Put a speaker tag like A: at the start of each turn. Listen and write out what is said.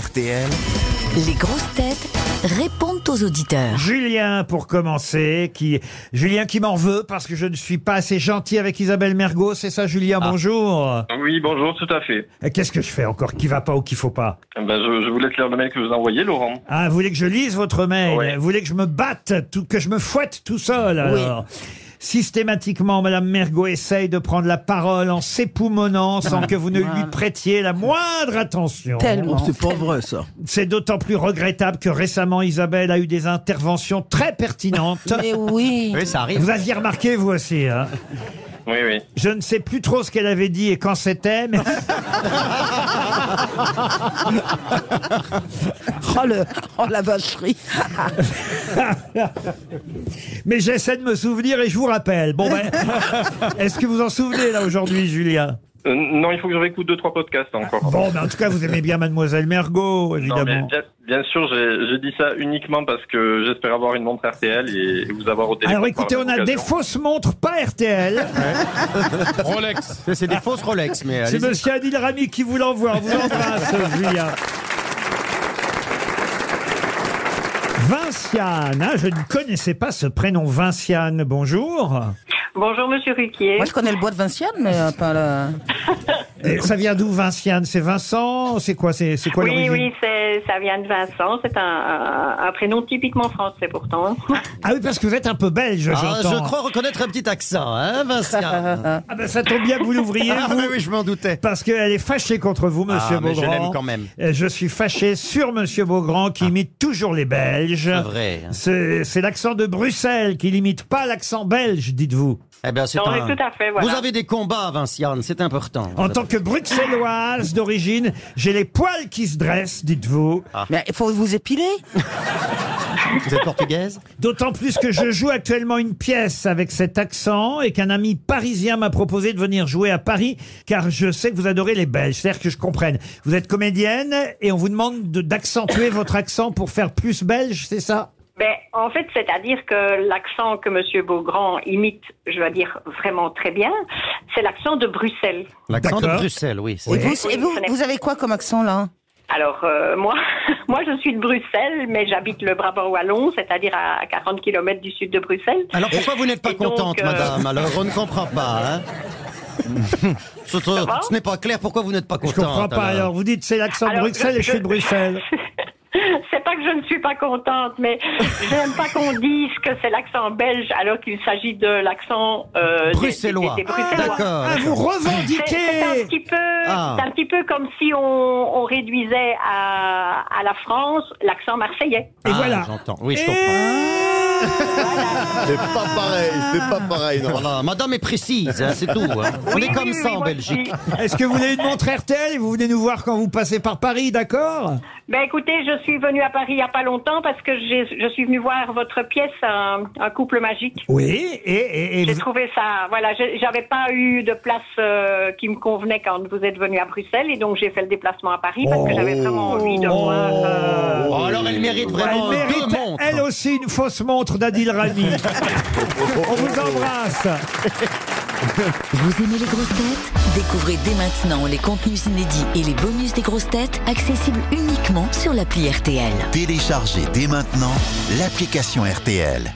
A: RTL.
B: Les grosses têtes répondent aux auditeurs.
C: Julien pour commencer, qui Julien qui m'en veut parce que je ne suis pas assez gentil avec Isabelle Mergot, c'est ça Julien, bonjour.
D: Oui, bonjour, tout à fait.
C: Et Qu'est-ce que je fais encore qui va pas ou qui faut pas
D: Eh Ben, je, je vous laisse lire le mail que vous envoyez, Laurent.
C: Ah, vous voulez que je lise votre mail,
D: Ouais.
C: vous voulez que je me batte, tout, que je me fouette tout seul alors. Systématiquement, Madame Mergot essaye de prendre la parole en s'époumonant sans que vous ne lui prêtiez la moindre attention.
E: Tellement.
F: Oh, C'est pas vrai ça.
C: C'est d'autant plus regrettable que récemment Isabelle a eu des interventions très pertinentes.
E: Mais oui.
F: ça
C: Vous aviez remarqué vous aussi, hein
D: Oui, oui.
C: Je ne sais plus trop ce qu'elle avait dit et quand c'était, mais
E: Oh, le, oh la vacherie.
C: Mais j'essaie de me souvenir et je vous rappelle. Bon, ben, est-ce que vous en souvenez là aujourd'hui, Julien
D: Euh, non, il faut que je réécoute deux, trois podcasts encore.
C: Bon, ben, en tout cas, vous aimez bien Mademoiselle Mergot,
D: Non, mais
C: évidemment.
D: bien, bien sûr, j'ai j'ai dit ça uniquement parce que j'espère avoir une montre RTL et, et vous avoir au téléphone.
C: Alors
D: par
C: écoutez, on a des
D: l'occasion.
C: fausses montres, pas RTL.
F: Rolex. C'est des fausses Rolex, mais
C: C'est monsieur Adil Rami qui vous l'envoie. On vous embrasse, Julien. Vinciane, hein, je ne connaissais pas ce prénom Vinciane. Bonjour.
G: Bonjour Monsieur Ruquier.
E: Moi, je connais le bois de Vinciane, mais euh, pas le.
C: Et ça vient d'où Vinciane C'est Vincent C'est quoi C'est c'est quoi
G: oui,
C: l'origine
G: oui, c'est- ça vient de Vincent. C'est un, un- un prénom typiquement français pourtant.
C: Ah oui, parce que vous êtes un peu belge, j'entends.
F: Ah, je crois reconnaître un petit accent, hein, Vincent
C: Ah ben ça tombe bien que vous l'ouvriez,
F: Ah,
C: vous.
F: mais oui, je m'en doutais.
C: Parce qu'elle est fâchée contre vous, monsieur
F: Ah, mais je
C: Beaugrand.
F: l'aime quand même. Ah.
C: Et Je suis fâché sur monsieur Beaugrand qui imite toujours les Belges.
F: C'est vrai, hein.
C: C'est c'est l'accent de Bruxelles qui n'imite pas l'accent belge, dites-vous.
F: Eh bien, c'est
G: Non,
F: un-
G: mais tout à fait, voilà.
F: Vous avez des combats, Vinciane, c'est important.
C: En tant que bruxelloise d'origine, j'ai les poils qui se dressent, dites-vous.
E: Mais il faut vous épiler.
F: Vous êtes portugaise
C: D'autant plus que je joue actuellement une pièce avec cet accent et qu'un ami parisien m'a proposé de venir jouer à Paris car je sais que vous adorez les Belges. C'est-à-dire que je comprenne. Vous êtes comédienne et on vous demande de- d'accentuer votre accent pour faire plus belge, c'est ça
G: ben, en fait, c'est-à-dire que l'accent que Monsieur Beaugrand imite, je dois dire vraiment très bien, c'est l'accent de Bruxelles.
F: L'accent de
C: D'accord.
F: Bruxelles, oui. c'est-
E: Et vous, et
G: Oui,
E: vous,
G: je connais.
E: vous avez quoi comme accent là
G: Alors euh, moi, moi je suis de Bruxelles, mais j'habite le Brabant wallon, c'est-à-dire à 40 km du sud de Bruxelles.
F: Alors pourquoi vous n'êtes pas
G: Et donc,
F: contente,
G: euh,
F: madame Alors on ne comprend pas, hein Ce, ce-
G: va
F: ce n'est pas clair, pourquoi vous n'êtes pas
C: Je
F: contente
C: comprends pas. Alors, vous dites c'est l'accent de
G: Alors,
C: Bruxelles et je
G: je-
C: suis de Bruxelles.
G: C'est pas que je ne suis pas contente, mais j'aime pas qu'on dise que c'est l'accent belge alors qu'il s'agit de l'accent euh, des- des-
F: Bruxellois.
G: des- des Bruxellois.
F: D'accord.
C: Ah, vous
G: C'est c'est un
C: revendiquez
G: petit peu,
F: Ah.
G: c'est un petit peu comme si on, on réduisait à, à la France l'accent marseillais.
C: Et
F: Ah,
C: voilà.
F: J'entends. Oui, je
C: Et-
F: comprends.
H: C'est pas pareil, c'est pas pareil, non.
F: Voilà, madame est précise, hein, c'est tout. hein. On
G: Oui,
F: est comme
G: oui,
F: ça
G: oui,
F: en
G: moi
F: Belgique.
G: aussi.
C: Ah Est-ce que vous voulez une montre RTL et vous venez nous voir quand vous passez par Paris, d'accord
G: Ben écoutez, je suis venue à Paris il y a pas longtemps parce que j'ai- je suis venue voir votre pièce, un, un couple magique.
C: Oui. Et, et, et
G: J'ai
C: vous-
G: trouvé ça, voilà, j'ai- j'avais pas eu de place euh, qui me convenait quand vous êtes venu à Bruxelles et donc j'ai fait le déplacement à Paris parce que j'avais vraiment envie de voir. euh,
F: Oh, alors elle mérite vraiment
C: Elle
F: deux
C: mérite,
F: montres.
C: elle aussi, une fausse montre d'Adil Rami. On vous embrasse.
B: Vous aimez les grosses têtes Découvrez dès maintenant les contenus inédits et les bonus des grosses têtes accessibles uniquement sur l'appli RTL.
A: Téléchargez dès maintenant l'application RTL.